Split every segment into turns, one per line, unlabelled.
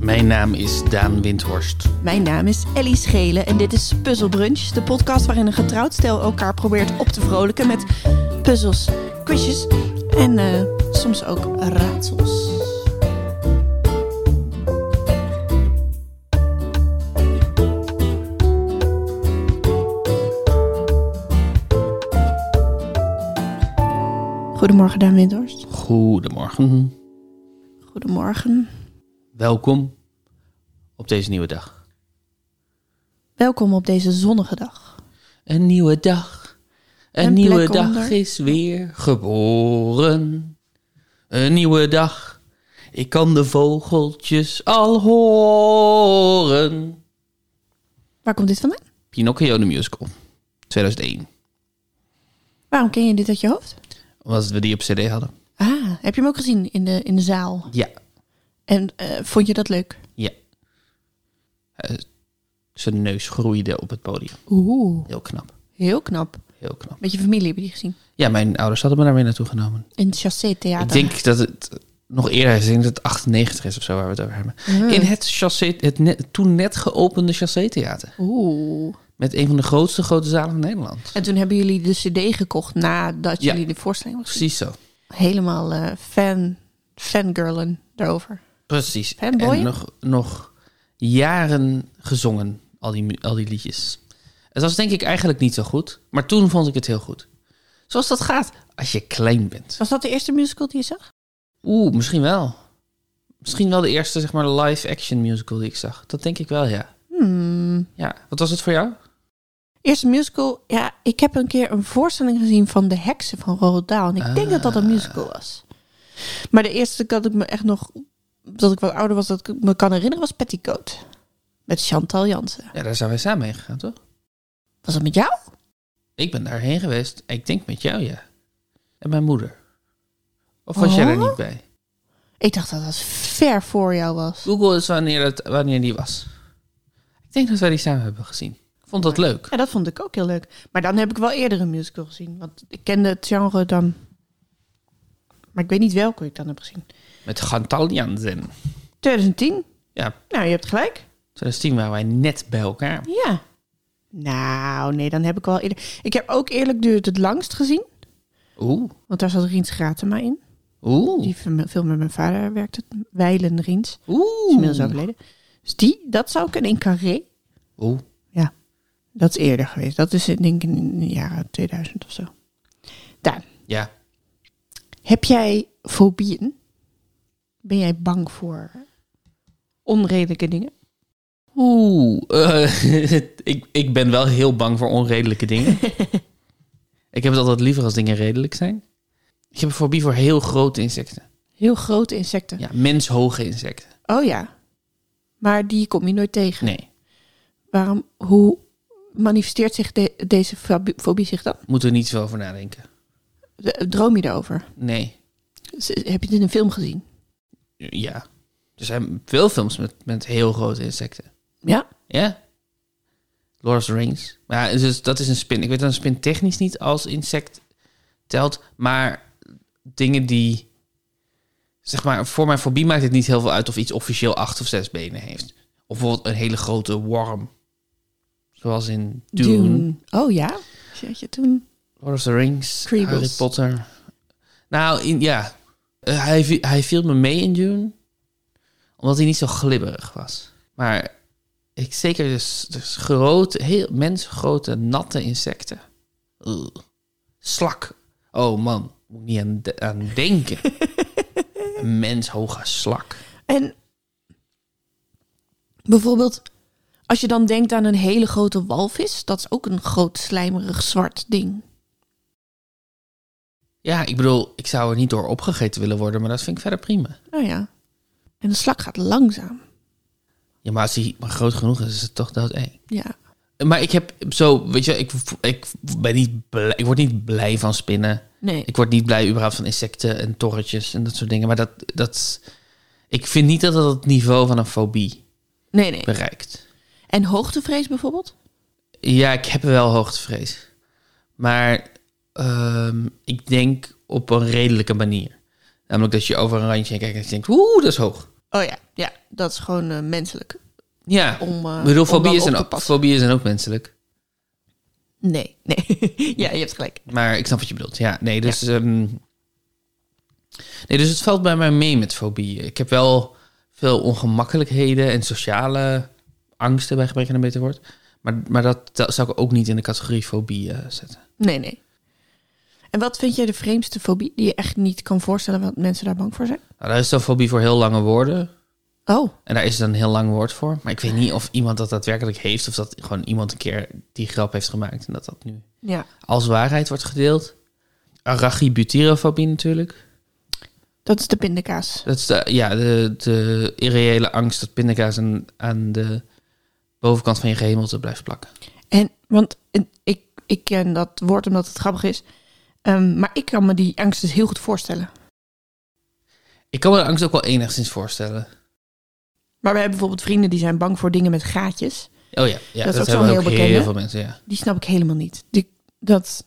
Mijn naam is Daan Windhorst.
Mijn naam is Ellie Schelen en dit is Puzzle Brunch, de podcast waarin een getrouwd stel elkaar probeert op te vrolijken met puzzels, quizjes en eh, soms ook raadsels. Goedemorgen, Daan Windhorst.
Goedemorgen.
Goedemorgen.
Welkom op deze nieuwe dag.
Welkom op deze zonnige dag.
Een nieuwe dag. Een,
Een
nieuwe
plek
dag
onder.
is weer geboren. Een nieuwe dag. Ik kan de vogeltjes al horen.
Waar komt dit vandaan?
Pinocchio de Musical. 2001.
Waarom ken je dit uit je hoofd?
Omdat we die op cd hadden.
Ah, heb je hem ook gezien in de, in de zaal?
Ja.
En eh, vond je dat leuk?
Ja. Eh, zijn neus groeide op het podium.
Oeh,
Heel knap.
heel knap.
Heel knap.
Met je familie heb je die gezien.
Ja, mijn ouders hadden me daarmee naartoe genomen.
In het Chassé-theater.
Ik denk dat het nog eerder is. Ik denk dat het 98 is of zo waar we het over hebben. In het, chassé, het net- toen net geopende Chassé-theater.
Oeh.
Met een van de grootste grote zalen van Nederland.
En toen hebben jullie de cd gekocht nadat
Ja.
jullie de voorstelling was.
Precies zo.
Helemaal eh, fan, fangirlen daarover.
Precies.
Fanboy?
En eh, nog, nog jaren gezongen, al die, mu- al die liedjes. Het was denk ik eigenlijk niet zo goed. Maar toen vond ik het heel goed. Zoals dat gaat als je klein bent.
Was dat de eerste musical die je zag?
Oeh, misschien wel. Misschien wel de eerste, zeg maar, live-action musical die ik zag. Dat denk ik wel, ja.
Hmm.
Ja, wat was het voor jou?
Eerste musical, ja, ik heb een keer een voorstelling gezien van De Heksen van Roald Dahl. En ik denk dat dat een musical was. Maar de eerste dat ik me echt nog, dat ik wat ouder was, dat ik me kan herinneren, was Petticoat. Met Chantal Jansen.
Ja, daar zijn wij samen heen gegaan, toch?
Was dat met jou?
Ik ben daarheen geweest. Ik denk met jou, ja. En mijn moeder. Of was jij
Oh?
daar niet bij?
Ik dacht dat dat ver voor jou was.
Google is wanneer, het, wanneer die was. Ik denk dat wij die samen hebben gezien. Ik vond dat leuk.
Ja, dat vond ik ook heel leuk. Maar dan heb ik wel eerder een musical gezien. Want ik kende het genre dan. Maar ik weet niet welke ik dan heb gezien.
Met Chantal Jansen.
2010?
Ja,
Nou, je hebt gelijk.
2010 waren wij net bij elkaar.
Ja. Nou, nee, dan heb ik wel eerder... Ik heb ook Eerlijk Duurt het Langst gezien.
Oeh,
Want daar zat Riens Gratema in.
oeh,
Die film film met mijn vader werkte. Weilen Riens. Die is inmiddels
oeh.
overleden. Dus die, dat zou ik en in Carré.
Oeh,
Ja, dat is eerder geweest. Dat is denk ik in de jaren 2000 of zo. Daar.
ja.
Heb jij fobieën? Ben jij bang voor onredelijke dingen?
Oeh, eh, ik, ik ben wel heel bang voor onredelijke dingen. ik heb het altijd liever als dingen redelijk zijn. Ik heb een fobie voor heel grote insecten.
Heel grote insecten.
Ja, menshoge insecten.
Oh ja. Maar die kom je nooit tegen.
Nee,
Waarom, hoe manifesteert zich de- deze fobie, fobie zich dan?
moeten we niet zo over nadenken.
De- Eh, Droom je erover?
Nee,
Z- Heb je het in een film gezien?
ja. Er zijn veel films met, met heel grote insecten.
Ja.
Ja? Lord of the Rings. Maar ja, dus dat is een spin. Ik weet dat een spin technisch niet als insect telt. Maar dingen die... Zeg maar, voor mijn fobie maakt het niet heel veel uit... of iets officieel acht of zes benen heeft. Of bijvoorbeeld een hele grote worm. Zoals in Dune,
Oh ja. Zat je toen?
Lord of the Rings,
Creebles.
Harry Potter. Nou, in, ja. Eh, hij, vi- hij viel me mee in Dune. Omdat hij niet zo glibberig was. Maar ik zeker dus, dus grote, heel mensgrote, natte insecten. Ugh. Slak. Oh man, moet ik niet aan, de- aan denken. Een menshoge slak.
En bijvoorbeeld, als je dan denkt aan een hele grote walvis, dat is ook een groot slijmerig zwart ding.
Ja, ik bedoel, ik zou er niet door opgegeten willen worden, maar dat vind ik verder prima.
Oh ja. En de slak gaat langzaam.
Ja, maar als hij maar groot genoeg is, is het toch doodeng.
Ja.
Maar ik heb zo, weet je, ik, ik, ben niet blij, ik word niet blij van spinnen.
Nee.
Ik word niet blij überhaupt van insecten en torretjes en dat soort dingen. Maar dat, dat, ik vind niet dat dat het niveau van een fobie
Nee, nee.
bereikt.
En hoogtevrees bijvoorbeeld?
Ja, ik heb wel hoogtevrees. Maar ehm, ik denk op een redelijke manier. Namelijk dat je over een randje heen kijkt en je denkt, oeh, dat is hoog.
Oh ja. Ja, dat is gewoon eh, menselijk.
Ja,
Om, eh,
ik bedoel,
om
fobieën
dan
zijn,
op te
ook,
passen.
fobieën zijn ook menselijk.
Nee, nee. ja, je hebt gelijk.
Maar ik snap wat je bedoelt. Ja, nee, dus... ehm, nee, dus het valt bij mij mee met fobieën. Ik heb wel veel ongemakkelijkheden en sociale angsten, bij gebrek aan een beter woord. Maar, maar dat, dat zou ik ook niet in de categorie fobieën eh, zetten.
Nee, nee. En wat vind jij de vreemdste fobie die je echt niet kan voorstellen wat mensen daar bang voor zijn?
Nou, daar is dan fobie voor heel lange woorden.
Oh,
En daar is dan een heel lang woord voor. Maar ik weet niet of iemand dat daadwerkelijk heeft... of dat gewoon iemand een keer die grap heeft gemaakt... en dat dat nu
ja.
als waarheid wordt gedeeld. Arachibutyrofobie natuurlijk.
Dat is de pindakaas.
Dat is de, ja, de, de irreële angst dat pindakaas aan, aan de bovenkant van je gehemelte blijft plakken.
En, want eh, ik, ik ken dat woord omdat het grappig is. Ehm, maar ik kan me die angst dus heel goed voorstellen.
Ik kan me de angst ook wel enigszins voorstellen.
Maar we hebben bijvoorbeeld vrienden die zijn bang voor dingen met gaatjes.
Oh ja, ja dat,
Dat is ook zo'n
hebben
heel
ook heel,
bekende.
veel mensen. Ja.
Die snap ik helemaal niet. Die, dat,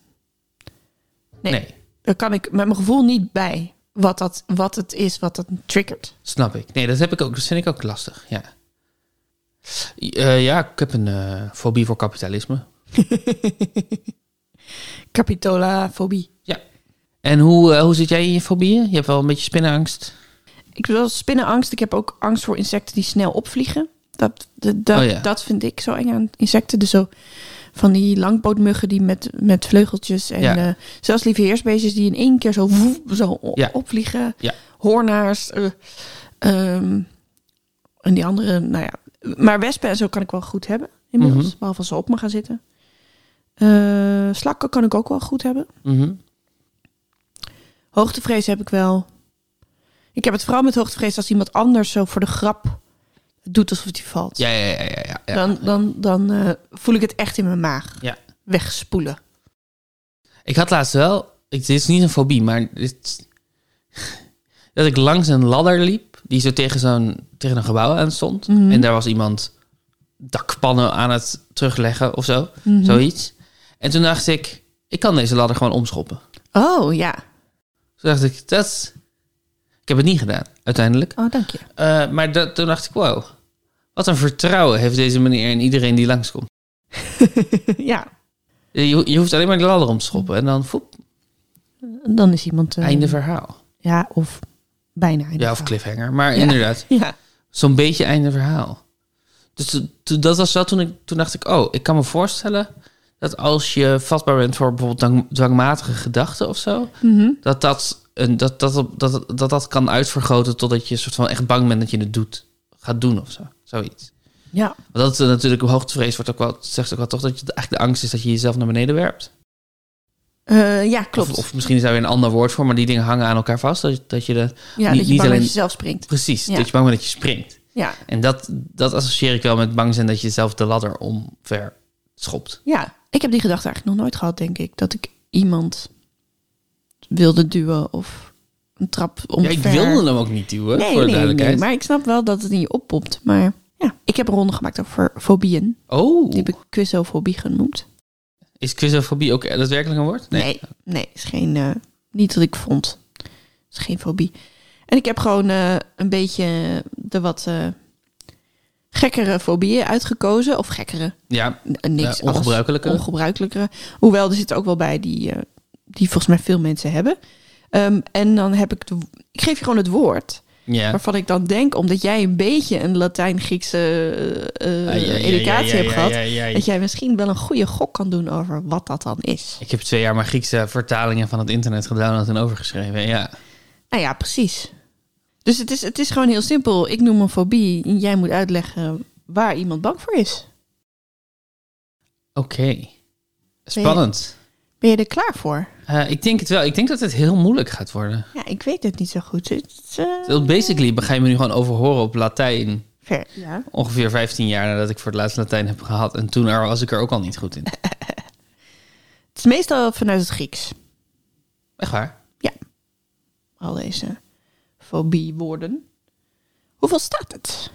Nee.
Nee.
daar kan ik met mijn gevoel niet bij. Wat, dat, wat het is, wat dat triggert.
snap ik. Nee, dat, heb ik ook, dat vind ik ook lastig. Ja, Eh, ja ik heb een eh, fobie voor kapitalisme.
Capitolafobie.
En hoe, eh, hoe zit jij in je fobieën? Je hebt wel een beetje spinnenangst.
Ik heb wel spinnenangst. Ik heb ook angst voor insecten die snel opvliegen. Dat, dat, dat,
Oh ja.
dat vind ik zo eng aan insecten. Dus zo van die langpootmuggen die met, met vleugeltjes en
Ja.
eh, zelfs lieve heersbeestjes die in één keer zo, woef, zo o-
Ja.
opvliegen.
Ja.
Hoornaars. eh, ehm, en die andere, nou ja. Maar wespen en zo kan ik wel goed hebben inmiddels.
Mhm.
Behalve als ze op me gaan zitten. Eh, slakken kan ik ook wel goed hebben.
Mhm.
Hoogtevrees heb ik wel. Ik heb het vooral met hoogtevrees als iemand anders zo voor de grap doet alsof hij valt.
Ja, ja, ja, ja, ja, ja.
Dan, dan, dan eh, voel ik het echt in mijn maag.
Ja.
Wegspoelen.
Ik had laatst wel, ik, dit is niet een fobie, maar dit, dat ik langs een ladder liep die zo tegen, zo'n, tegen een gebouw aan stond.
Mhm.
En daar was iemand dakpannen aan het terugleggen of zo,
Mhm.
zoiets. En toen dacht ik, ik kan deze ladder gewoon omschoppen.
Oh ja.
Toen dacht ik, dat... Ik heb het niet gedaan, uiteindelijk.
Oh, dank je.
Eh, maar dat, toen dacht ik, wow, wat een vertrouwen heeft deze meneer in iedereen die langskomt.
ja.
Je, je hoeft alleen maar de ladder om te schoppen en dan, foep,
Dan is iemand. eh,
einde verhaal.
Ja, of bijna. einde
Ja, of
verhaal.
cliffhanger, maar
Ja.
inderdaad.
Ja.
zo'n beetje einde verhaal. Dus to- to- dat was wel toen ik toen dacht ik, oh, ik kan me voorstellen dat als je vatbaar bent voor bijvoorbeeld dwang- dwangmatige gedachten of zo,
Mhm.
dat dat, een, dat, dat, op- dat, dat, dat dat kan uitvergroten totdat je soort van echt bang bent dat je het doet, gaat doen of zo. Zoiets.
ja.
Want dat is natuurlijk hoogtevrees wordt ook wel, zegt ook wel toch dat je, eigenlijk de angst is dat je jezelf naar beneden werpt.
Eh, ja, klopt.
Of, of misschien is daar weer een ander woord voor, maar die dingen hangen aan elkaar vast. Dat, je- dat je de,
ja,
niet-
dat je
niet
bang
alleen-
dat je zelf springt.
precies,
Ja.
dat je bang bent dat je springt.
Ja.
En dat, dat associeer ik wel met bang zijn dat je zelf de ladder omver schopt.
Ja, ik heb die gedachte eigenlijk nog nooit gehad, denk ik. Dat ik iemand wilde duwen of een trap
Ja,
omver.
ik wilde hem ook niet duwen,
nee,
voor de
nee, nee,
duidelijkheid.
maar ik snap wel dat het in je oppopt. Maar ja, ik heb een ronde gemaakt over fobieën.
Oh,
Die heb ik quizofobie genoemd.
is quizofobie ook daadwerkelijk een woord?
Nee, nee, is geen, eh, niet dat ik vond. is geen fobie. En ik heb gewoon eh, een beetje de wat eh, gekkere fobieën uitgekozen. Of gekkere,
Ja,
N- niks.
Eh,
alles
ongebruikelijke.
ongebruikelijkere. Hoewel, er zitten ook wel bij die, eh, die volgens mij veel mensen hebben. Ehm, en dan heb ik de. Ik geef je gewoon het woord.
ja.
Waarvan ik dan denk, omdat jij een beetje een Latijn-Griekse eh,
Ah, ja, ja,
educatie
ja, ja,
hebt
ja,
gehad.
ja, ja, ja.
Dat jij misschien wel een goede gok kan doen over wat dat dan is.
Ik heb twee jaar mijn Griekse vertalingen van het internet gedownload en overgeschreven. Ja,
Nou ja, precies. Dus het is, het is gewoon heel simpel. Ik noem een fobie. en Jij moet uitleggen waar iemand bang voor is.
oké. Spannend.
Ben je er klaar voor?
Eh, ik denk het wel. Ik denk dat het heel moeilijk gaat worden.
Ja, ik weet het niet zo goed. Het, is, eh,
Wel, Basically ga je me nu gewoon overhoren op Latijn.
ver. Ja.
Ongeveer 15 jaar nadat ik voor het laatst Latijn heb gehad. En toen er- was ik er ook al niet goed in.
Het is meestal vanuit het Grieks.
Echt waar?
Al deze fobie-woorden. Hoeveel staat het?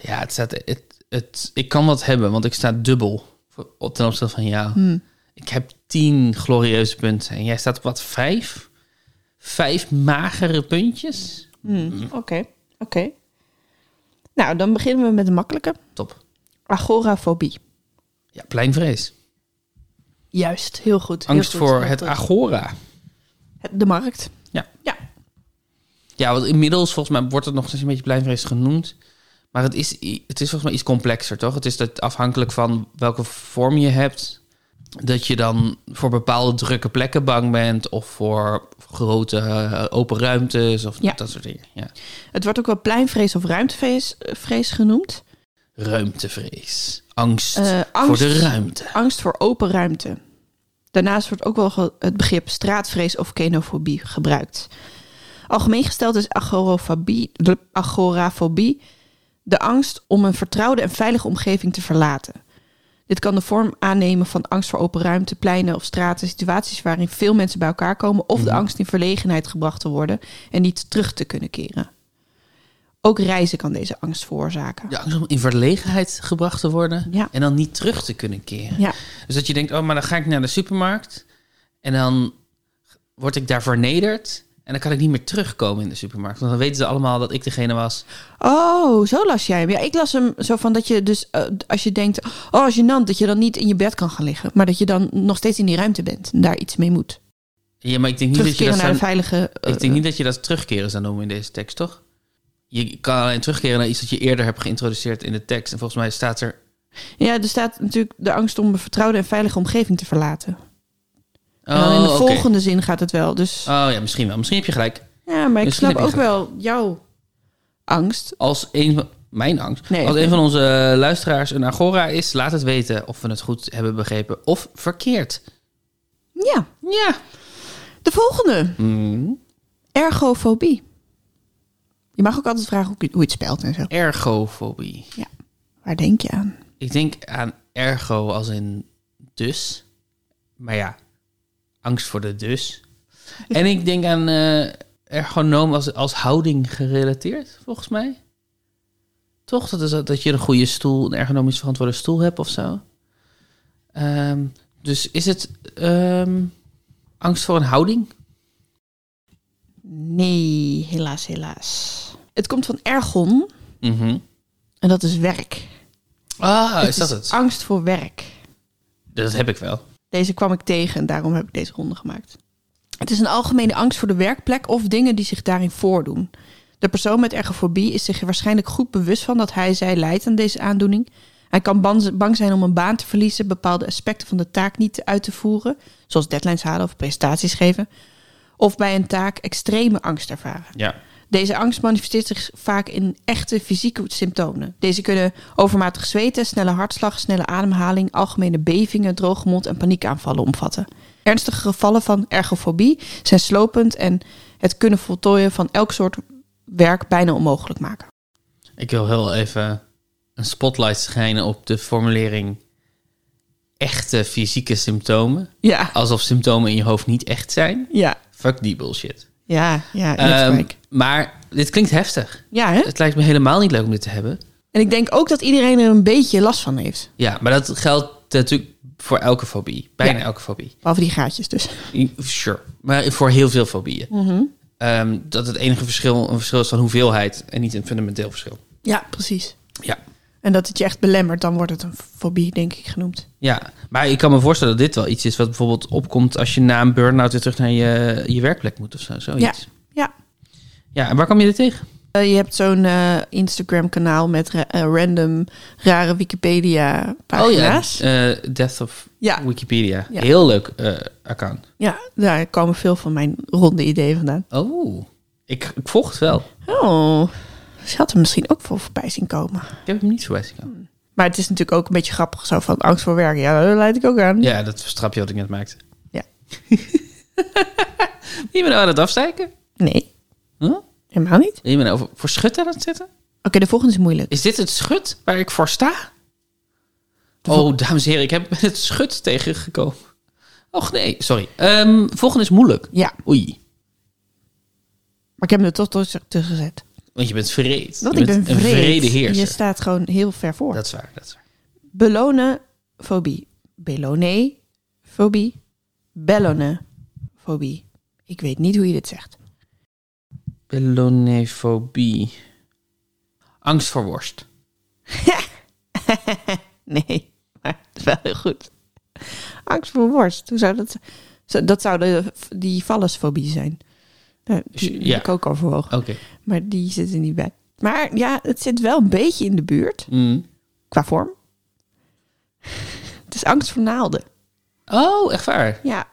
Ja, het staat, het, het, ik kan wat hebben, want ik sta dubbel voor- op ten opzichte van jou.
Hmm.
Ik heb tien glorieuze punten en jij staat op wat vijf? Vijf magere puntjes?
Hmm, Oké, oké. Nou, dan beginnen we met de makkelijke.
Top.
Agorafobie.
Ja, pleinvrees.
Juist, heel goed. heel
Angst
goed.
voor
Heel
het
goed.
agora.
Het- De markt.
Ja.
Ja.
Ja, want inmiddels volgens mij wordt het nog steeds een beetje pleinvrees genoemd. Maar het is, i- het is volgens mij iets complexer, toch? Het is dat afhankelijk van welke vorm je hebt, dat je dan voor bepaalde drukke plekken bang bent of voor grote eh, open ruimtes of
Ja.
dat soort dingen. Ja.
Het wordt ook wel pleinvrees of ruimtevrees eh, vrees genoemd.
Ruimtevrees. Angst,
Eh,
voor
angst,
de ruimte.
angst voor open ruimte. Daarnaast wordt ook wel ge- het begrip straatvrees of kenofobie gebruikt. Algemeen gesteld is agorafobie, de- agorafobie de angst om een vertrouwde en veilige omgeving te verlaten. Dit kan de vorm aannemen van angst voor open ruimte, pleinen of straten, situaties waarin veel mensen bij elkaar komen, of de angst in verlegenheid gebracht te worden en niet terug te kunnen keren. Ook reizen kan deze angst veroorzaken.
Ja, angst om in verlegenheid gebracht te worden
Ja.
en dan niet terug te kunnen keren.
ja.
Dus dat je denkt, oh, maar dan ga ik naar de supermarkt en dan word ik daar vernederd en dan kan ik niet meer terugkomen in de supermarkt. Want dan weten ze allemaal dat ik degene was.
Oh, zo las jij hem. Ja, ik las hem zo van dat je dus eh, als je denkt, oh, gênant, dat je dan niet in je bed kan gaan liggen, maar dat je dan nog steeds in die ruimte bent en daar iets mee moet.
Ja, maar ik denk niet, dat je
Terugkeren
dat,
naar de
zou-
veilige. eh,
ik denk niet dat je dat terugkeren zou noemen in deze tekst, toch? Je kan alleen terugkeren naar iets dat je eerder hebt geïntroduceerd in de tekst. En volgens mij staat er...
Ja, er staat natuurlijk de angst om een vertrouwde en veilige omgeving te verlaten.
Oh,
en dan in de
oké.
volgende zin gaat het wel. Dus
Oh ja, misschien wel. Misschien heb je gelijk.
ja, maar ik
Misschien
snap
heb je
ook wel jouw angst.
Als een van... Mijn angst.
Nee,
Als
oké.
een van onze eh, luisteraars een agora is, laat het weten of we het goed hebben begrepen of verkeerd.
Ja,
Ja.
de volgende.
Mm.
Ergofobie. Je mag ook altijd vragen hoe je hoe je het spelt en zo.
Ergofobie.
Waar denk je aan?
Ik denk aan ergo als in dus. Maar ja, angst voor de dus. En ik denk aan eh, ergonoom als, als houding gerelateerd, volgens mij. Toch? Dat, is, dat dat je een goede stoel, een ergonomisch verantwoorde stoel hebt of zo. Ehm, dus is het ehm, angst voor een houding?
Nee, helaas, helaas. Het komt van ergon en dat is werk.
Ah,
Het
is dat het?
Angst voor werk.
Dat heb ik wel.
Deze kwam ik tegen en daarom heb ik deze ronde gemaakt. Het is een algemene angst voor de werkplek of dingen die zich daarin voordoen. De persoon met ergofobie is zich er waarschijnlijk goed bewust van dat hij zij leidt aan deze aandoening. Hij kan ban- bang zijn om een baan te verliezen, bepaalde aspecten van de taak niet uit te voeren, zoals deadlines halen of presentaties geven, of bij een taak extreme angst ervaren.
Ja.
Deze angst manifesteert zich vaak in echte fysieke symptomen. Deze kunnen overmatig zweten, snelle hartslag, snelle ademhaling, algemene bevingen, droge mond en paniekaanvallen omvatten. Ernstige gevallen van ergofobie zijn slopend en het kunnen voltooien van elk soort werk bijna onmogelijk maken.
Ik wil heel even een spotlight schijnen op de formulering echte fysieke symptomen.
Ja,
Alsof symptomen in je hoofd niet echt zijn.
ja,
Fuck die bullshit.
ja, ja. je hebt
Ehm,
gelijk.
maar dit klinkt heftig.
ja, hè?
Het lijkt me helemaal niet leuk om dit te hebben.
En ik denk ook dat iedereen er een beetje last van heeft.
Ja, maar dat geldt natuurlijk voor elke fobie. Bijna
Ja.
elke fobie.
Behalve die gaatjes dus.
Sure. Maar voor heel veel fobieën. Ehm, dat het enige verschil een verschil is van hoeveelheid en niet een fundamenteel verschil.
Ja, precies.
Ja.
En dat het je echt belemmert, dan wordt het een fobie, denk ik, genoemd.
Ja, maar ik kan me voorstellen dat dit wel iets is wat bijvoorbeeld opkomt als je na een burn-out weer terug naar je, je werkplek moet of zo. Zoiets. Ja.
Ja,
ja, en waar kwam je dit tegen?
Eh, je hebt zo'n eh, Instagram-kanaal met ra- eh, random rare Wikipedia-pagina's.
Oh ja, eh, Death of
ja.
Wikipedia.
Ja.
Heel leuk eh, account.
ja, daar komen veel van mijn ronde ideeën vandaan.
Oh, ik, ik volg het wel.
Oh, ze had er misschien ook voor voorbij zien komen.
Ik heb hem niet voorbij zien komen.
Maar het is natuurlijk ook een beetje grappig zo van angst voor werk. Ja, daar leid ik ook aan.
Ja, dat strapje wat ik net maakte.
Ja.
je bent aan het afsteken?
Nee,
Huh?
helemaal niet. Oké,
Je bent over voor schut aan het zitten?
de volgende is moeilijk.
Is dit het schut waar ik voor sta? Oh, dames en heren, ik heb het schut tegengekomen. Och nee, sorry. Ehm, volgende is moeilijk.
Ja,
Oei,
maar ik heb hem er toch tussen tussen gezet.
want je bent vreed.
Want
je
ik
bent
ben
een
vreed.
vrede
Je
heerser.
staat gewoon heel ver voor.
Dat is waar, dat is waar.
Belonefobie. Belonefobie. Bellonefobie. Ik weet niet hoe je dit zegt.
Bellonefobie. Angst voor worst.
Nee, maar het is wel heel goed. Angst voor worst. Hoe zou dat... zo- Dat zou de, die vallusfobie zijn. Nou, Die die
Ja.
heb ik ook overwogen.
Oké.
Maar die zit er niet bij. Maar ja, het zit wel een beetje in de buurt.
Mm.
Qua vorm. Het is angst voor naalden.
Oh, echt waar?
Ja.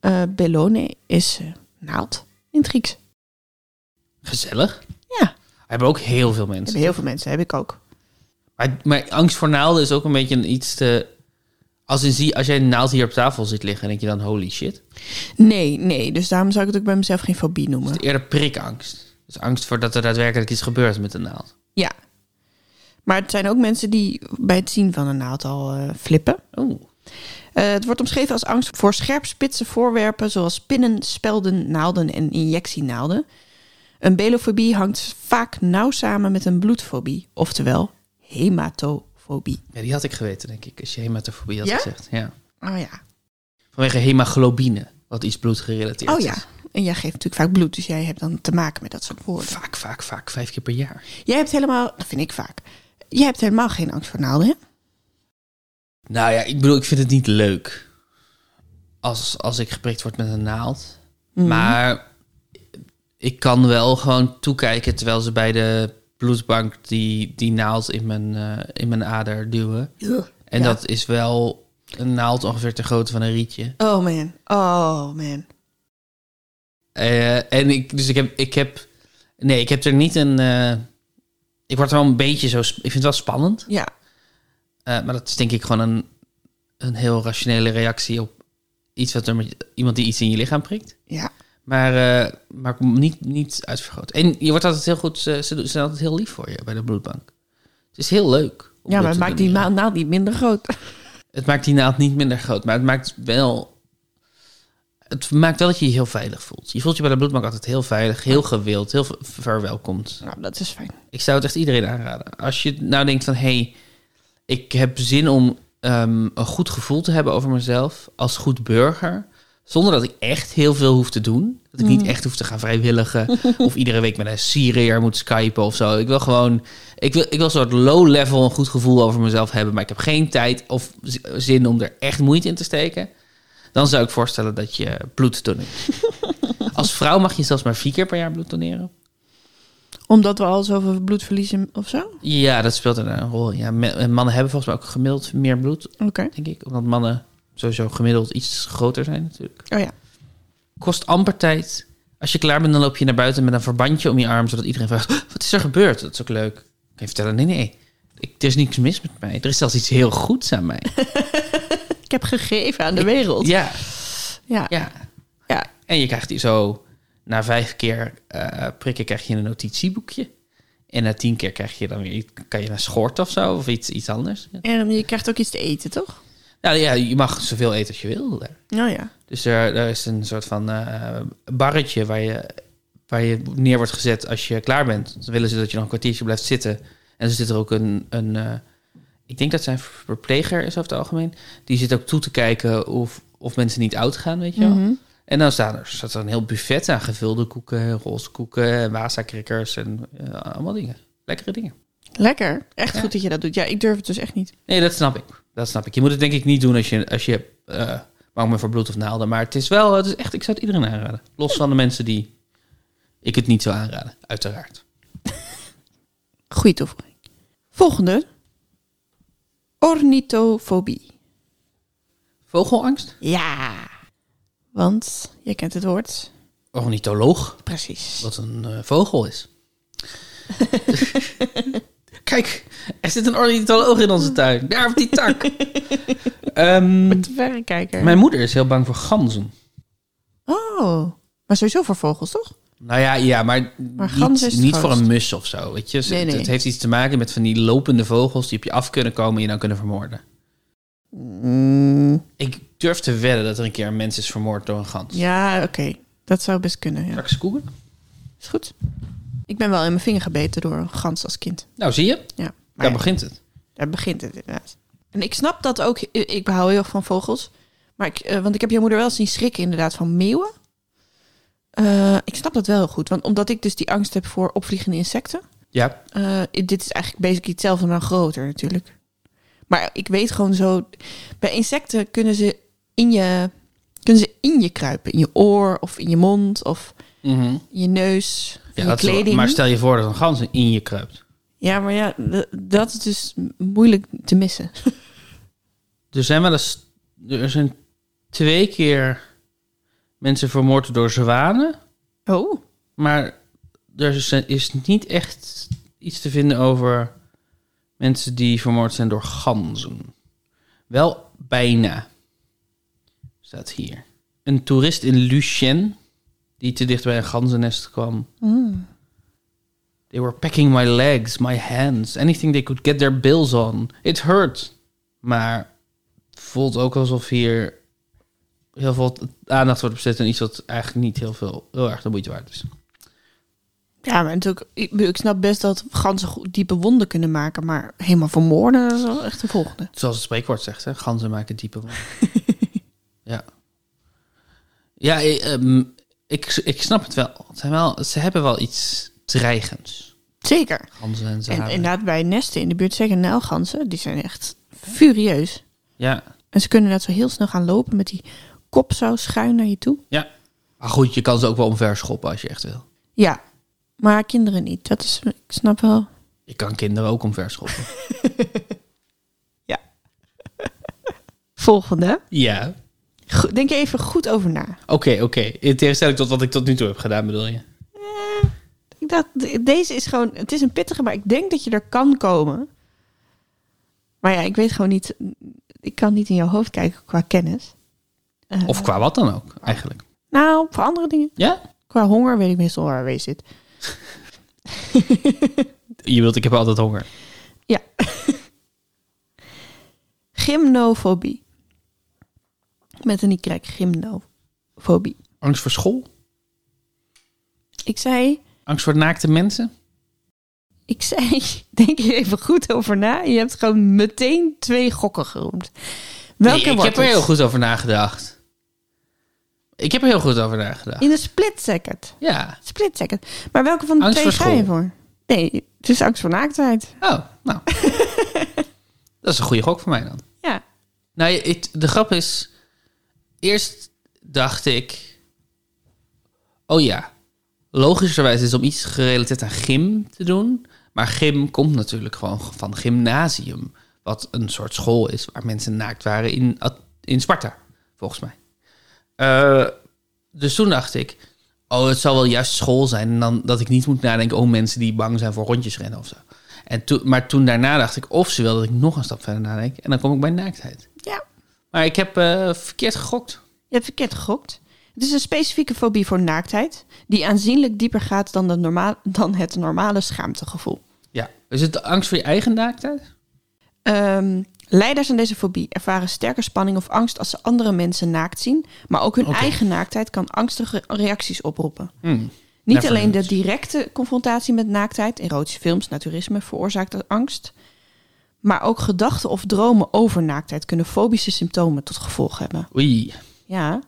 Eh bellone is eh, naald in het Grieks.
Gezellig.
Ja.
Hebben ook heel veel mensen.
Hebben heel veel mensen, heb ik ook.
Maar, maar angst voor naalden is ook een beetje een iets te... Als, in zie, als jij een naald hier op tafel ziet liggen, denk je dan holy shit. Het
Nee, nee. Dus daarom zou ik het ook bij mezelf geen fobie noemen.
is eerder prikangst. Dus angst voor dat er daadwerkelijk iets gebeurt met de naald.
Ja. Maar het zijn ook mensen die bij het zien van een naald al eh, flippen.
Oeh.
Eh, het wordt omschreven als angst voor scherpspitse voorwerpen zoals pinnen, spelden, naalden en injectienaalden. Een belofobie hangt vaak nauw samen met een bloedfobie, oftewel hematofobie.
Ja, die had ik geweten, denk ik, als je hematofobie had
Ja?
gezegd. Ja.
Oh ja.
Vanwege hemaglobine, wat iets bloedgerelateerd
Oh
is.
ja. En jij geeft natuurlijk vaak bloed, dus jij hebt dan te maken met dat soort woorden.
Vaak, vaak, vaak. Vijf keer per jaar.
Jij hebt helemaal, dat vind ik vaak, jij hebt helemaal geen angst voor naalden, hè?
Nou ja, ik bedoel, ik vind het niet leuk als, als ik geprikt word met een naald.
Mhm.
Maar ik kan wel gewoon toekijken terwijl ze bij de bloedbank die, die naald in mijn, eh, in mijn ader duwen. En
Ja.
dat is wel een naald ongeveer ter grootte van een rietje.
Oh man, oh man.
Eh, en ik, dus ik heb, ik heb, nee, ik heb er niet een, eh, ik word er wel een beetje zo, sp- ik vind het wel spannend.
Ja,
Eh, maar dat is denk ik gewoon een, een heel rationele reactie op iets wat er met iemand die iets in je lichaam prikt.
ja.
Maar, eh, maar niet, niet uitvergroot. En je wordt altijd heel goed, ze, ze doen- ze zijn altijd heel lief voor je bij de bloedbank. Het is heel leuk. om
Ja,
dat
maar
te
het maakt die
doen.
ma- naald niet minder groot.
Het maakt die naald niet minder groot, maar het maakt wel. Het maakt wel dat je je heel veilig voelt. Je voelt je bij de bloedbank altijd heel veilig, heel gewild, heel ver- verwelkomd.
Nou, dat is fijn.
Ik zou het echt iedereen aanraden. Als je nou denkt van... hé, hey, ik heb zin om ehm, een goed gevoel te hebben over mezelf... als goed burger... zonder dat ik echt heel veel hoef te doen. Dat ik niet echt hoef te gaan vrijwilligen... of iedere week met een Syriër moet skypen of zo. Ik wil gewoon... Ik wil, ik wil een soort low-level een goed gevoel over mezelf hebben... maar ik heb geen tijd of z- zin om er echt moeite in te steken... dan zou ik voorstellen dat je bloed doneert. als vrouw mag je zelfs maar vier keer per jaar bloed doneren.
Omdat we al zoveel bloed verliezen of zo? Oké.
Ja, dat speelt een eh, rol. Ja, me- en mannen hebben volgens mij ook gemiddeld meer bloed, denk ik. Omdat mannen sowieso gemiddeld iets groter zijn natuurlijk.
Oh ja.
Kost amper tijd. Als je klaar bent, dan loop je naar buiten met een verbandje om je arm... zodat iedereen vraagt, "Huh, wat is er gebeurd? Dat is ook leuk. Kan je vertellen, nee, nee, ik, er is niks mis met mij. Er is zelfs iets heel goeds aan mij.
Ik heb gegeven aan de wereld.
Ja,
Ja.
ja.
Ja.
En je krijgt die zo... Na vijf keer eh, prikken krijg je een notitieboekje. En na tien keer krijg je dan weer... Kan je een schort of zo, of iets, iets anders. Ja.
En je krijgt ook iets te eten, toch?
Nou ja, je mag zoveel eten als je wil. daar.
Nou ja.
Dus er, er is een soort van eh, barretje waar je, waar je neer wordt gezet als je klaar bent. Dan willen ze dat je nog een kwartiertje blijft zitten. En er zit er ook een... een eh, ik denk dat zijn verpleger is over het algemeen. Die zit ook toe te kijken of, of mensen niet oud gaan, weet je wel.
Mhm.
En dan staan er, staat er een heel buffet aan gevulde koeken, roze koeken, wasa-krikkers en eh, allemaal dingen. Lekkere dingen.
Lekker. Echt goed dat je dat doet. Ja, ik durf het dus echt niet.
Nee, dat snap ik. Dat snap ik. Je moet het denk ik niet doen als je, als je eh, bang bent voor bloed of naalden. Maar het is wel, het is echt, ik zou het iedereen aanraden. Los van de mensen die ik het niet zou aanraden, uiteraard.
Goeie toevoeging. Volgende. Ornithofobie.
Vogelangst?
Ja. Want, je kent het woord.
Ornitholoog,
Precies.
wat een eh, vogel is. Kijk, er zit een ornitholoog in onze tuin. Daar op die tak. Ehm,
Met de verrekijker.
mijn moeder is heel bang voor ganzen.
Oh. Maar sowieso voor vogels, toch?
Nou ja, ja maar,
ganzen
niet,
is het
niet voor
grootst.
een mus of zo. Weet je? Ze-
Nee,
het-
nee.
Het heeft iets te maken met van die lopende vogels die op je af kunnen komen en je dan kunnen vermoorden. Ik durf te wedden dat er een keer een mens is vermoord door een gans.
Ja, oké. Dat zou best kunnen, ja.
Zal ik eens googlen?
Is goed. Ik ben wel in mijn vinger gebeten door een gans als kind.
Nou, zie je?
Ja, maar
Daar
ja,
begint het.
daar begint het inderdaad. En ik snap dat ook. I- Ik hou heel erg van vogels. Maar ik, eh, want ik heb je moeder wel zien schrikken inderdaad van meeuwen. Eh, ik snap dat wel heel goed. Want omdat ik dus die angst heb voor opvliegende insecten...
Ja.
Eh, dit is eigenlijk basically hetzelfde, maar dan groter natuurlijk. Maar ik weet gewoon zo... Bij insecten kunnen ze in je, kunnen ze in je kruipen. In je oor of in je mond of
Mhm.
in je neus. in
ja
je
dat is wel-
kleding.
maar stel je voor dat een gans in je kruipt.
Ja, maar ja, d- dat is dus moeilijk te missen.
Er zijn wel eens... Er zijn twee keer mensen vermoord door zwanen.
Oh.
Maar er is- is niet echt iets te vinden over mensen die vermoord zijn door ganzen. Wel bijna. Staat hier. Een toerist in Lucien, die te dicht bij een ganzennest kwam. They were pecking my legs, my hands, anything they could get their bills on. It hurt. Maar het voelt ook alsof hier heel veel aandacht wordt besteed aan iets wat eigenlijk niet heel veel, heel erg de moeite waard is.
Ja, maar natuurlijk, ik, bedoel, ik snap best dat ganzen go- diepe wonden kunnen maken, maar helemaal vermoorden, dat is wel echt de volgende.
Zoals het spreekwoord zegt, hè? ganzen maken diepe wonden. ja. Ja, eh, ehm, ik, ik snap het wel. Het zijn wel. Ze hebben wel iets dreigends.
Zeker.
Ganzen en
En
zaden.
inderdaad, bij nesten in de buurt, zeker nijlganzen, die zijn echt furieus.
ja,
En ze kunnen net zo heel snel gaan lopen met die kop zo schuin naar je toe.
ja. Maar goed, je kan ze ook wel omver schoppen als je echt wil.
Ja, maar kinderen niet. Dat is, ik snap wel.
Je kan kinderen ook omver schoppen.
Ja. Volgende.
ja.
Goed, denk er even goed over na.
Oké, oké. In tegenstelling tot wat ik tot nu toe heb gedaan, bedoel je?
Ik dacht, de- deze is gewoon, het is een pittige, maar ik denk dat je er kan komen. Maar ja, ik weet gewoon niet, ik kan niet in jouw hoofd kijken qua kennis. Eh,
Of qua wat dan ook, eigenlijk.
Nou, voor andere dingen.
Ja?
Qua honger weet ik meestal waar wees zit.
Je wilt, ik heb altijd honger.
Ja. Gymnofobie. Met een Y, gymnofobie.
Angst voor school?
Ik zei,
Angst voor naakte mensen?
ik zei, denk hier even goed over na. Je hebt gewoon meteen twee gokken geroemd. Welke
nee, ik
wordt
heb er
het?
heel goed over nagedacht. Ik heb er heel goed over nagedacht.
In een split second.
Ja.
Split second. Maar welke van de
Angst
twee
voor
ga je
school.
voor? Nee, het is angst voor naaktheid.
Oh, nou. dat is een goede gok voor mij dan.
Ja.
Nou, je- het- de grap is... Eerst dacht ik... Oh ja, logischerwijs is het om iets gerelateerd aan gym te doen. Maar gym komt natuurlijk gewoon van gymnasium. Wat een soort school is waar mensen naakt waren in, At- in Sparta, volgens mij. Eh, dus toen dacht ik... Oh, het zal wel juist school zijn. En dan dat ik niet moet nadenken... Oh, mensen die bang zijn voor rondjes rennen of zo. En toen, maar toen daarna dacht ik... Of ze wil dat ik nog een stap verder nadenk. En dan kom ik bij naaktheid.
Ja.
Maar ik heb eh, verkeerd gegokt.
Je hebt verkeerd gegokt. Het is een specifieke fobie voor naaktheid, die aanzienlijk dieper gaat dan, de norma dan het normale schaamtegevoel.
Ja. Is het de angst voor je eigen naaktheid?
Ehm, leiders aan deze fobie ervaren sterke spanning of angst als ze andere mensen naakt zien, maar ook hun
Oké.
eigen naaktheid kan angstige reacties oproepen.
Hmm.
Niet
Never
alleen de
knows.
directe confrontatie met naaktheid, erotische films, naturisme veroorzaakt angst, maar ook gedachten of dromen over naaktheid kunnen fobische symptomen tot gevolg hebben.
Oei.
Ja.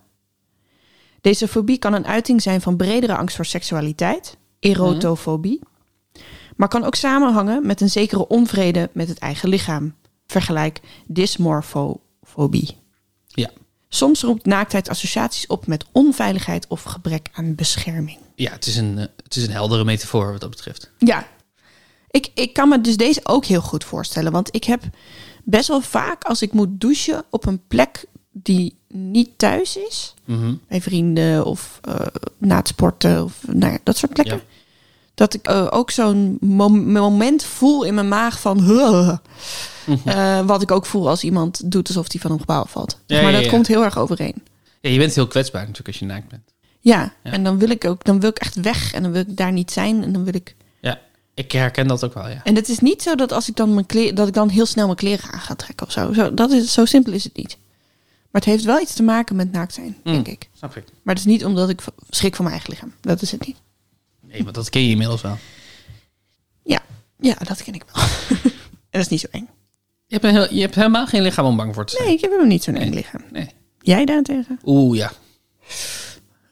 Deze fobie kan een uiting zijn van bredere angst voor seksualiteit, erotofobie, maar kan ook samenhangen met een zekere onvrede met het eigen lichaam. Vergelijk dysmorfofobie.
Ja.
Soms roept naaktheid associaties op met onveiligheid of gebrek aan bescherming.
Ja, het is, een, eh, het is een heldere metafoor wat dat betreft.
Ja. Ik, ik kan me dus deze ook heel goed voorstellen. Want ik heb best wel vaak als ik moet douchen op een plek die niet thuis is.
Mhm.
Bij vrienden of eh, na het sporten of nou ja, dat soort plekken.
Ja.
Dat ik eh, ook zo'n mom- moment voel in mijn maag van... "Huh." Eh, wat ik ook voel als iemand doet alsof hij van een gebouw valt.
Mhm.
Dus
Ja,
maar
ja,
dat
ja.
komt heel erg overeen.
Ja, je bent heel kwetsbaar natuurlijk als je naakt bent.
Ja, en dan wil ik ook, dan wil ik echt weg en dan wil ik daar niet zijn en dan wil ik
Ja. Ik herken dat ook wel, ja.
En het is niet zo dat als ik dan mijn kleren, dat ik dan heel snel mijn kleren aan ga trekken of zo. zo, dat is, zo simpel is het niet. Maar het heeft wel iets te maken met naakt zijn, denk ik.
Snap ik.
Maar het is niet omdat ik v- schrik van mijn eigen lichaam. Dat is het niet.
Nee, want dat ken je inmiddels wel.
Ja, ja dat ken ik wel. en dat is niet zo eng.
Je hebt, een heel, je hebt helemaal geen lichaam om bang voor te zijn.
Nee, ik heb hem niet zo'n eng lichaam.
Nee.
Jij daarentegen?
Oeh, ja.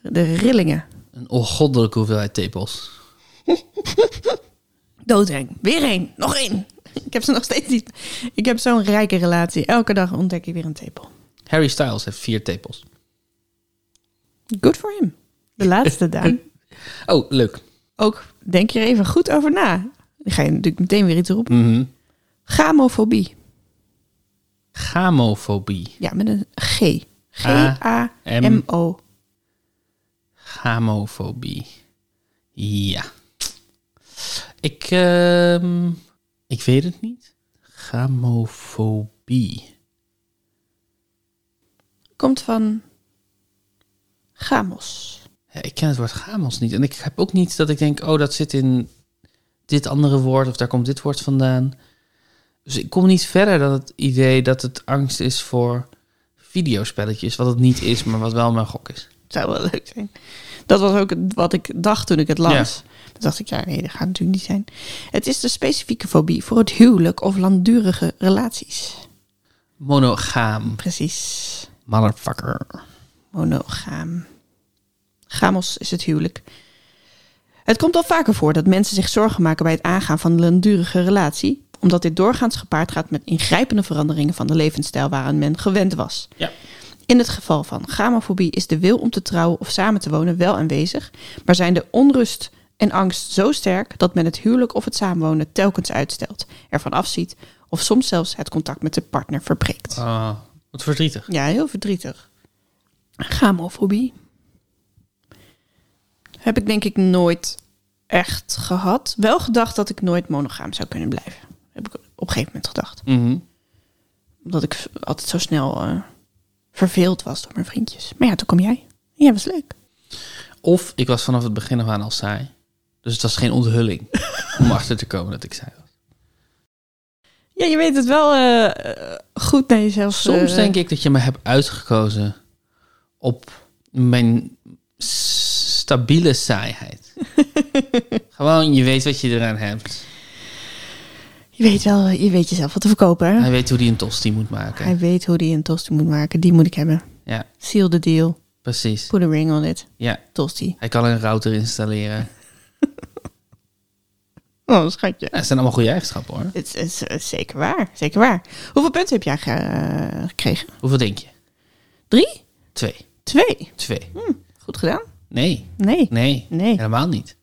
De rillingen.
Een ongoddelijke hoeveelheid tepels.
Doodeng. Weer één. Nog één. Ik heb ze nog steeds niet. Ik heb zo'n rijke relatie. Elke dag ontdek ik weer een tepel.
Harry Styles heeft vier tepels.
Good for him. De laatste, Daan.
Oh, leuk.
Ook denk je er even goed over na. Dan ga je natuurlijk meteen weer iets roepen. Gamofobie.
Gamofobie.
Ja, met een G. G-A-M-O.
Gamofobie. Ja. Ik, ehm, ik weet het niet. Gamofobie.
Komt van gamos.
Ja, ik ken het woord gamos niet. En ik heb ook niet dat ik denk, oh, dat zit in dit andere woord of daar komt dit woord vandaan. Dus ik kom niet verder dan het idee dat het angst is voor videospelletjes. Wat het niet is, maar wat wel mijn gok is.
Zou wel leuk zijn. Dat was ook het- wat ik dacht toen ik het las. Toen dacht ik, ja nee, dat gaat natuurlijk niet zijn. Het is de specifieke fobie voor het huwelijk of langdurige relaties.
Monogaam.
Precies.
Motherfucker.
Monogaam. Gamos is het huwelijk. Het komt al vaker voor dat mensen zich zorgen maken bij het aangaan van een langdurige relatie, omdat dit doorgaans gepaard gaat met ingrijpende veranderingen van de levensstijl waaraan men gewend was.
Ja.
In het geval van gamofobie is de wil om te trouwen of samen te wonen wel aanwezig, maar zijn de onrust en angst zo sterk dat men het huwelijk of het samenwonen telkens uitstelt, ervan afziet of soms zelfs het contact met de partner verbreekt.
Ah, wat verdrietig.
Ja, heel verdrietig. Gamofobie. Heb ik denk ik nooit echt gehad. Wel gedacht dat ik nooit monogaam zou kunnen blijven. Heb ik op een gegeven moment gedacht.
Mhm.
Omdat ik altijd zo snel eh, verveeld was door mijn vriendjes. Maar ja, toen kom jij. Ja, was leuk.
Of ik was vanaf het begin af aan al saai. Dus het was geen onthulling om achter te komen dat ik saai was.
Ja, je weet het wel eh, eh, goed naar jezelf. eh,
Soms denk ik dat je me hebt uitgekozen op mijn s- stabiele saaiheid. Gewoon, je weet wat je eraan hebt.
Je weet wel, eh, je weet jezelf wat te verkopen. hè?
Hij weet hoe hij een tosti moet maken.
Hij weet hoe die een tosti moet maken. Die moet ik hebben.
Ja,
Seal the deal.
precies.
Put a ring on it.
Ja,
Tosti.
hij kan een router installeren.
Oh, schatje.
Ja, het zijn allemaal goede eigenschappen hoor.
Het is, het is- het is zeker waar, zeker waar. Hoeveel punten heb jij ge- eh, gekregen?
Hoeveel denk je?
Drie?
Twee.
Twee?
Twee.
Goed gedaan?
Nee,
Nee.
nee,
Nee.
helemaal niet.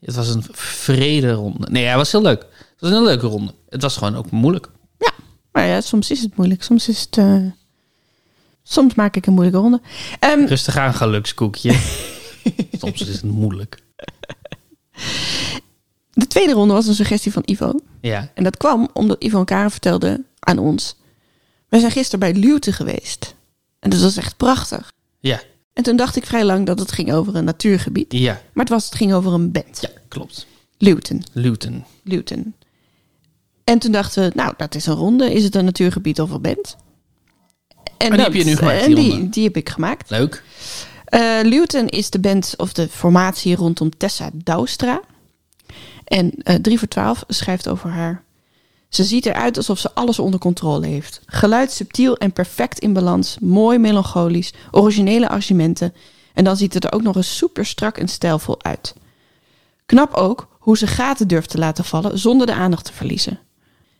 Het was een vrede ronde. Nee, ja, het was heel leuk. Het was een leuke ronde. Het was gewoon ook moeilijk.
Ja, maar ja, soms is het moeilijk. Soms is het... eh, soms maak ik een moeilijke ronde. Ehm,
Rustig aan, gelukskoekje. Soms is het moeilijk.
de tweede ronde was een suggestie van Ivo.
Ja.
En dat kwam omdat Ivo en Karen vertelde aan ons... We zijn gisteren bij Luwte geweest. En dat was echt prachtig.
Ja.
En toen dacht ik vrij lang dat het ging over een natuurgebied.
Ja.
Maar het, was, het ging over een band.
Ja, klopt.
Luwten.
Luton.
Luton. En toen dachten we, nou, dat is een ronde. Is het een natuurgebied of een band? En,
die heb je nu gemaakt,
En
die
die,
ronde.
die heb ik gemaakt.
Leuk.
Eh Luton is de band of de formatie rondom Tessa Douwstra. En eh 3 voor 12 schrijft over haar. Ze ziet eruit alsof ze alles onder controle heeft. Geluid subtiel en perfect in balans. Mooi melancholisch. Originele argumenten. En dan ziet het er ook nog eens super strak en stijlvol uit. Knap ook hoe ze gaten durft te laten vallen zonder de aandacht te verliezen.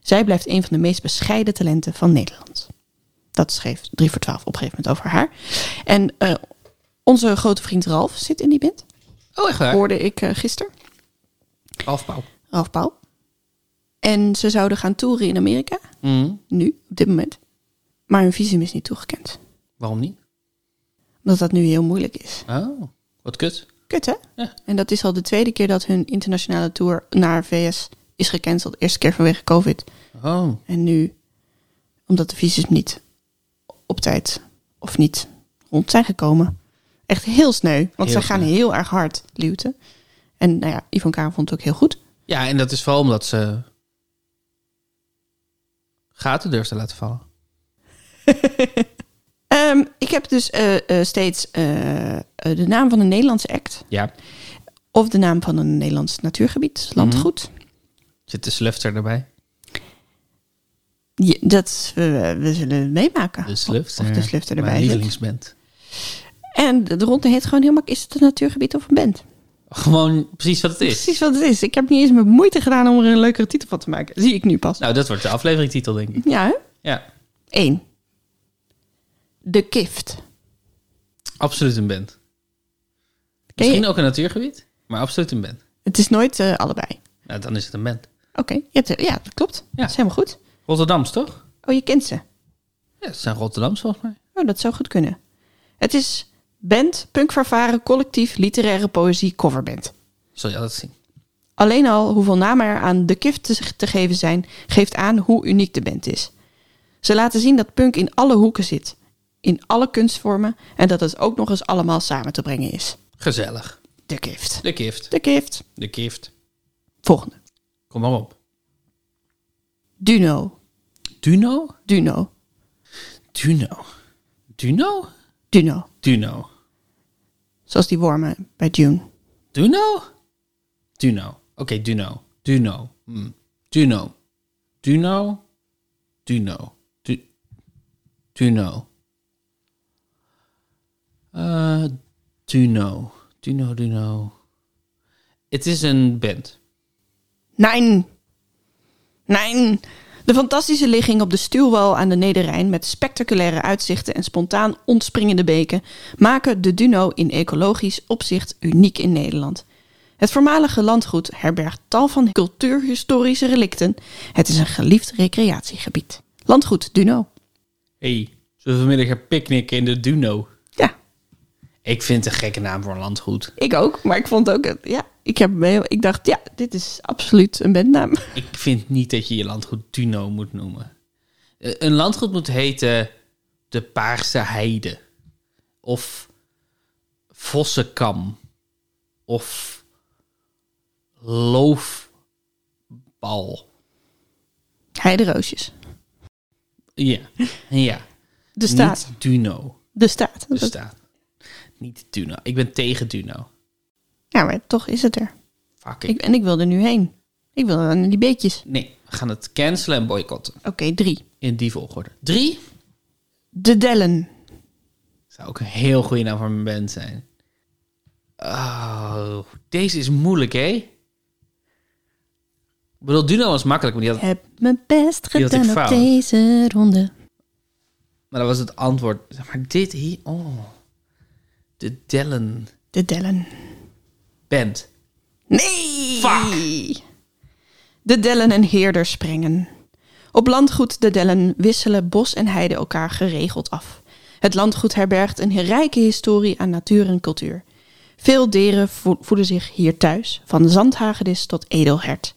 Zij blijft een van de meest bescheiden talenten van Nederland. Dat schreef 3 voor 12 op een gegeven moment over haar. En eh, onze grote vriend Ralf zit in die band.
Oh, echt waar?
Hoorde ik eh, gisteren.
Afbouw.
Ralf Pauw. En ze zouden gaan toeren in Amerika.
Mm.
Nu, op dit moment. Maar hun visum is niet toegekend.
Waarom niet?
Omdat dat nu heel moeilijk is.
Oh, wat kut.
Kut hè?
Ja.
En dat is al de tweede keer dat hun internationale tour naar VS is gecanceld. Eerste keer vanwege COVID.
Oh,
En nu, omdat de visums niet op tijd of niet rond zijn gekomen. Echt heel sneu, want
Heel
zij gaan
sneu.
heel erg hard luwten. En nou ja, Yvonne Karen vond het ook heel goed.
Ja, en dat is vooral omdat ze gaten durft te laten vallen.
Ehm, ik heb dus eh, eh, steeds eh, eh, de naam van een Nederlandse act.
Ja,
Of de naam van een Nederlands natuurgebied,
Mhm.
landgoed.
zit de slufter erbij.
Je- dat eh, we zullen het meemaken.
De slufter.
Of de slufter
Mijn
erbij zit.
lievelingsband.
En de ronde heet gewoon heel makkelijk, is het een natuurgebied of een band?
Gewoon precies wat het is.
Precies wat het is. Ik heb niet eens mijn moeite gedaan om er een leukere titel van te maken. Zie ik nu pas.
Nou, dat wordt de afleveringtitel, denk ik.
Ja, hè?
Ja,
1. De Gift.
absoluut een band.
Ken je-
Misschien ook een natuurgebied, maar absoluut een band.
Het is nooit eh, allebei.
Nou, dan is het een band.
Oké, je hebt er- ja, dat klopt.
Ja.
Dat is helemaal goed.
Rotterdams, toch?
Oh, je kent ze.
Ja, het zijn Rotterdams volgens mij.
Oh, dat zou goed kunnen. Het is band, punkvervaren, collectief, literaire poëzie, coverband.
Zal je altijd zien.
Alleen al hoeveel namen er aan de gift te, te geven zijn, geeft aan hoe uniek de band is. Ze laten zien dat punk in alle hoeken zit, in alle kunstvormen en dat het ook nog eens allemaal samen te brengen is.
Gezellig.
De gift.
De gift.
De gift.
De gift.
Volgende.
Kom maar op.
Duno.
Duno?
Duno.
Duno. Duno?
Duno.
Duno.
Zoals die wormen bij June.
Duno? Duno. Oké, Duno. Duno. Hm. Duno. Duno. Duno. Du- Duno. Eh, Duno. Duno, Duno. Het is een band.
Nein. Nein. De fantastische ligging op de stuwwal aan de Nederrijn met spectaculaire uitzichten en spontaan ontspringende beken maken de Duno in ecologisch opzicht uniek in Nederland. Het voormalige landgoed herbergt tal van cultuurhistorische relicten. Het is een geliefd recreatiegebied. Landgoed Duno.
hey, zullen we vanmiddag gaan picknicken in de Duno?
Ja,
Ik vind het een gekke naam voor een landgoed.
ik ook, maar ik vond ook ja, ik heb me heel- ik dacht ja, dit is absoluut een bandnaam.
Ik vind niet dat je je landgoed Duno moet noemen. Eh, Een landgoed moet heten de Paarse Heide. Of Vossenkam. Of Loofbal.
Heideroosjes.
Ja, ja.
De staat.
Niet Duno.
De staat.
De staat. Niet Duno. Ik ben tegen Duno.
Ja, maar toch is het er.
Fuck it.
Ik, en ik wil er nu heen. Ik wil aan die beetjes.
Nee, we gaan het cancelen en boycotten.
Oké, drie.
In die volgorde. Drie
De Dellen.
Zou ook een heel goede naam voor mijn band zijn. Oh, deze is moeilijk, hè? Ik bedoel, Duno was makkelijk, maar, die had,
Heb mijn best
Die had ik
gedaan op
fout.
deze ronde.
maar dat was het antwoord. Zeg Maar dit hier, oh. De Dellen
De Dellen.
Band.
Nee! De Dellen en Heerders springen. Op landgoed De Dellen wisselen bos en heide elkaar geregeld af. Het landgoed herbergt een rijke historie aan natuur en cultuur. Veel dieren vo- voeden zich hier thuis, van zandhagedis tot edelhert.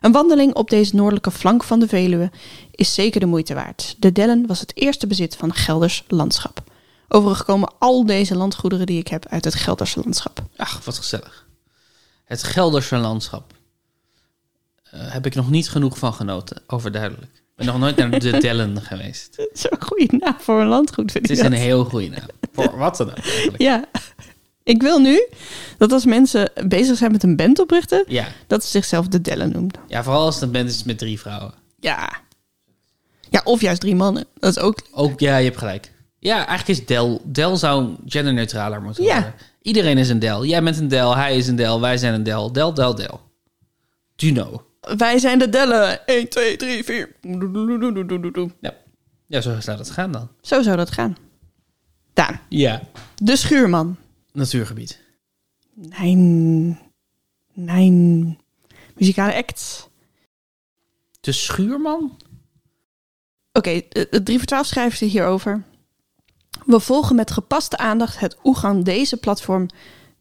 Een wandeling op deze noordelijke flank van de Veluwe is zeker de moeite waard. De Dellen was het eerste bezit van Gelders landschap. Overigens komen al deze landgoederen die ik heb uit het Gelders landschap.
Ach, wat gezellig. Het Gelderse landschap. Eh, heb ik nog niet genoeg van genoten, overduidelijk. Ik ben nog nooit naar de Dellen geweest.
Dat is een goede naam voor een landgoed, vind
Het is
ik. dat.
een heel goede naam. Voor wat dan ook. eigenlijk.
Ja. Ik wil nu dat als mensen bezig zijn met een band oprichten,
Ja.
dat ze zichzelf de Dellen noemen.
ja, vooral als het een band is met drie vrouwen.
Ja. Ja, of juist drie mannen. Dat is ook...
Ook, ja, je hebt gelijk. Ja, eigenlijk is Del. Del zou genderneutraler moeten
Ja.
worden. Iedereen is een Del. Jij bent een Del, hij is een Del, wij zijn een Del. Del, Del, Del. Duno.
Wij zijn de Dellen. 1, 2, 3, 4.
Ja. ja, zo zou dat gaan dan.
Zo zou dat gaan. Daan.
Ja.
De schuurman.
Natuurgebied.
Nein. Nein. Muzikale act.
De schuurman?
Oké, eh, eh, drie voor twaalf schrijven ze hierover. We volgen met gepaste aandacht het Oegandese platform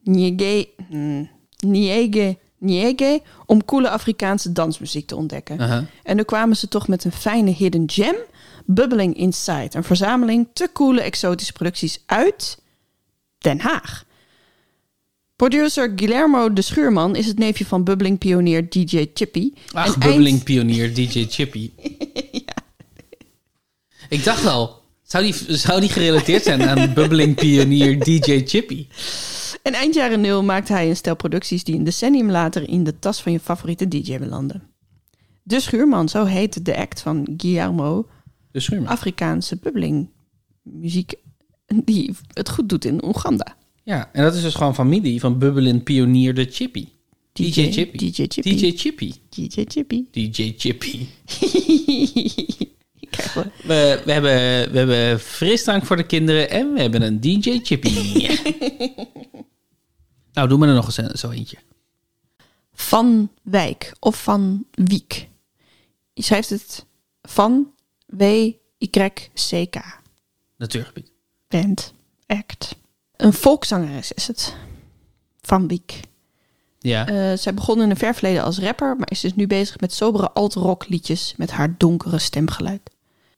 Niege, hmm, Niege, Niege om coole Afrikaanse dansmuziek te ontdekken.
Aha.
En nu kwamen ze toch met een fijne hidden gem, Bubbling Inside. Een verzameling te coole exotische producties uit Den Haag. Producer Guillermo de Schuurman is het neefje van bubbling pionier DJ Chippy. En
Ach,
eind-
bubbeling pionier DJ Chippy. Ik dacht al, zou die, zou die gerelateerd zijn aan bubbeling pionier DJ Chippy?
En eind jaren nul maakte hij een stel producties die een decennium later in de tas van je favoriete DJ belanden. De Schuurman, zo heette de act van Guillermo,
De schuurman.
Afrikaanse bubbling muziek die het goed doet in Oeganda.
Ja, en dat is dus gewoon familie van Bubbelin Pionier de Chippy. DJ,
DJ
Chippy.
DJ Chippy.
DJ Chippy.
DJ Chippy.
DJ Chippy.
Kijk hoor.
We, we, hebben, we hebben frisdrank voor de kinderen en we hebben een DJ Chippy. nou, doe me er nog eens een- zo eentje.
Van Wijk of Van Wiek. Je schrijft het van W-Y-C-K.
Natuurgebied.
Band. Act. Een volkszangeres is het. Van Wiek.
Ja.
Eh, zij begon in een ver verleden als rapper, maar is dus nu bezig met sobere alt-rock liedjes met haar donkere stemgeluid.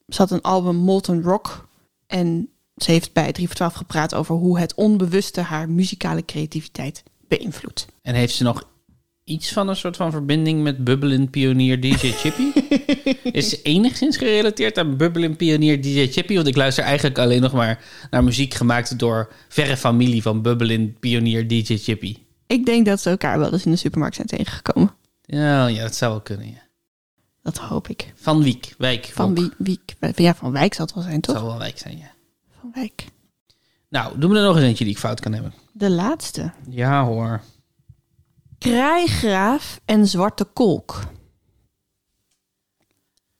Ze had een album Molten Rock en ze heeft bij 3 voor 12 gepraat over hoe het onbewuste haar muzikale creativiteit beïnvloedt.
En heeft ze nog iets van een soort van verbinding met Bubbelin Pionier DJ Chippy? is ze enigszins gerelateerd aan Bubbelin Pionier DJ Chippy? Want ik luister eigenlijk alleen nog maar naar muziek gemaakt door verre familie van Bubbelin Pionier DJ Chippy.
Ik denk dat ze elkaar wel eens in de supermarkt zijn tegengekomen.
Ja, ja, dat zou wel kunnen. Ja.
Dat hoop ik.
Van Wiek, Wijk.
Van
Wok.
wie, wie, ja, van Wijk zal het wel zijn, toch?
Zou wel Wijk zijn, ja.
Van Wijk.
Nou, doe me er nog eens eentje die ik fout kan hebben.
De laatste.
Ja hoor.
Krijgraaf en Zwarte Kolk.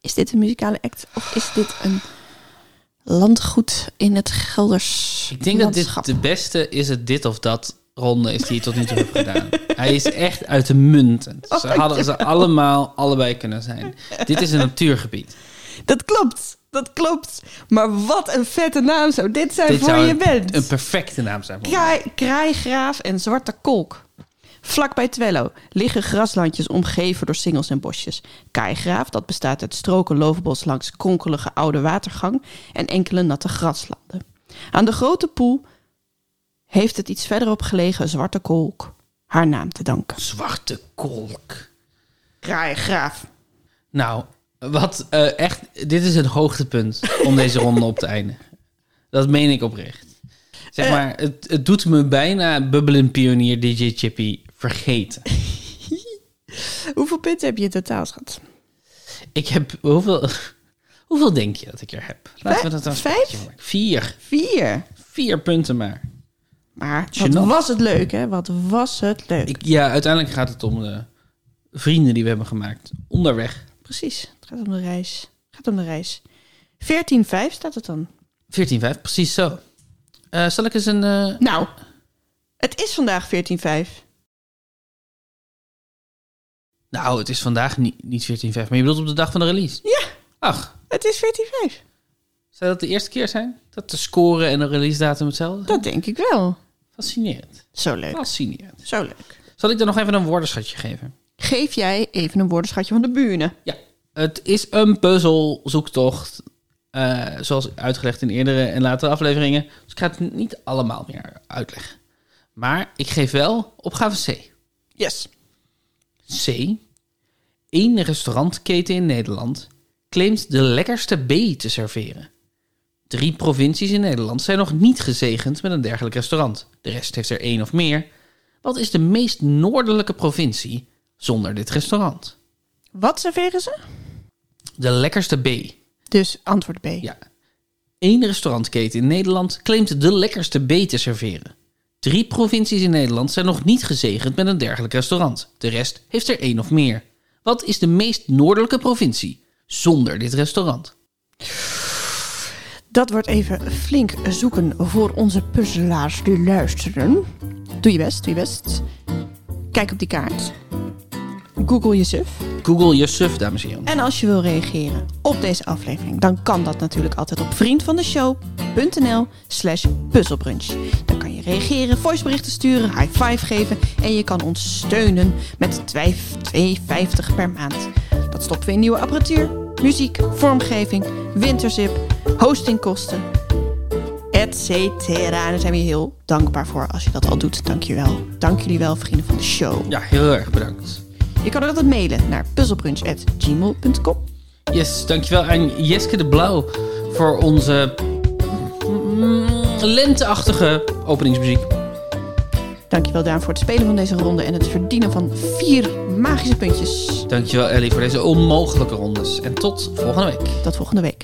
Is dit een muzikale act of is dit een landgoed in het Gelders
Ik denk dat
landschap?
dit de beste is het dit of dat ronde is die je tot nu toe hebt gedaan. Hij is echt uitmuntend.
Oh,
Ze hadden ze allemaal allebei kunnen zijn. Dit is een natuurgebied.
Dat klopt, dat klopt. Maar wat een vette naam zou dit zijn
Dit
voor
zou
je
een,
bent.
een perfecte naam zijn. voor
Kraai, kraaigraaf en zwarte kolk. Vlak bij Twello liggen graslandjes omgeven door singels en bosjes. Kaaigraaf, dat bestaat uit stroken loofbos langs kronkelige oude watergang en enkele natte graslanden. Aan de grote poel heeft het iets verderop gelegen zwarte kolk haar naam te danken.
me. Zwarte kolk.
Kraaigraaf.
Nou, wat eh, echt. Dit is het hoogtepunt om deze ronde op te eindigen. Dat meen ik oprecht.
Eh.
Zeg maar, het, het doet me bijna Bubbelin Pionier DJ Chippy vergeten.
Hoeveel punten heb je in totaal, schat?
Ik heb hoeveel, hoeveel denk je dat ik er heb? Laten we
Vijf?
dat dan
Vijf?
Vier.
Vier.
Vier punten maar.
Maar wat
Gênant.
was het leuk, hè? Wat was het leuk.
Ik, ja, uiteindelijk gaat het om de vrienden die we hebben gemaakt. Onderweg.
Precies, het gaat om de reis. Het gaat om de reis. 14,5 staat het dan.
14,5, precies zo. Eh, zal ik eens een. eh,
Nou, het is vandaag 14,5.
Nou, het is vandaag niet, niet 14,5, maar je bedoelt op de dag van de release.
Ja,
Ach,
het is 14,5.
zou dat de eerste keer zijn? Dat de score en de release datum hetzelfde zijn?
Dat denk ik wel.
Fascinerend.
Zo leuk.
Fascinerend.
Zo leuk.
Zal ik dan nog even een woordenschatje geven?
Geef jij even een woordenschatje van de buren.
Ja, het is een puzzelzoektocht. eh, zoals uitgelegd in eerdere en latere afleveringen. Dus ik ga het niet allemaal meer uitleggen. Maar ik geef wel opgave C.
Yes.
C. Eén restaurantketen in Nederland claimt de lekkerste B te serveren. Drie provincies in Nederland zijn nog niet gezegend met een dergelijk restaurant. De rest heeft er één of meer. Wat is de meest noordelijke provincie zonder dit restaurant?
Wat serveren ze?
De lekkerste B.
Dus antwoord B.
Ja. Eén restaurantketen in Nederland claimt de lekkerste B te serveren. Drie provincies in Nederland zijn nog niet gezegend met een dergelijk restaurant. De rest heeft er één of meer. Wat is de meest noordelijke provincie zonder dit restaurant?
Dat wordt even flink zoeken voor onze puzzelaars die luisteren. Doe je best, doe je best. Kijk op die kaart. Google jezelf.
Google Yusuf, dames en heren.
En als je wil reageren op deze aflevering, dan kan dat natuurlijk altijd op vriendvandeshow.nl slash puzzelbrunch. Dan kan je reageren, voiceberichten sturen, high five geven en je kan ons steunen met 2,50 per maand. Dat stopt weer in nieuwe apparatuur, muziek, vormgeving, winterzip, hostingkosten, et cetera. En daar zijn we je heel dankbaar voor als je dat al doet. Dank je wel. Dank jullie wel, vrienden van de show.
Ja, heel erg bedankt.
Je kan ook altijd mailen naar puzzelbrunch.gmail.com.
Yes, dankjewel aan Jeske de Blauw voor onze mm, lenteachtige openingsmuziek.
Dankjewel Daan voor het spelen van deze ronde en het verdienen van vier magische puntjes.
Dankjewel Ellie voor deze onmogelijke rondes. En tot volgende week.
Tot volgende week.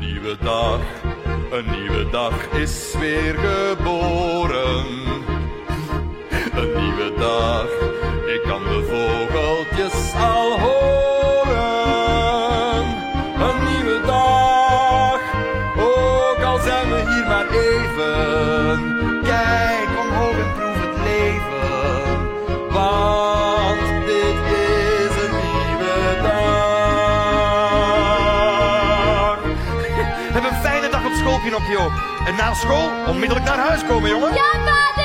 nieuwe dag. Een nieuwe dag is weer geboren. Een nieuwe dag, ik kan de vogeltjes al horen. Een nieuwe dag, ook al zijn we hier maar even. Kijk omhoog en proef het leven, want dit is een nieuwe dag. Heb een fijne dag op school, Pinocchio. En na school onmiddellijk naar huis komen, jongen.
Ja, vader!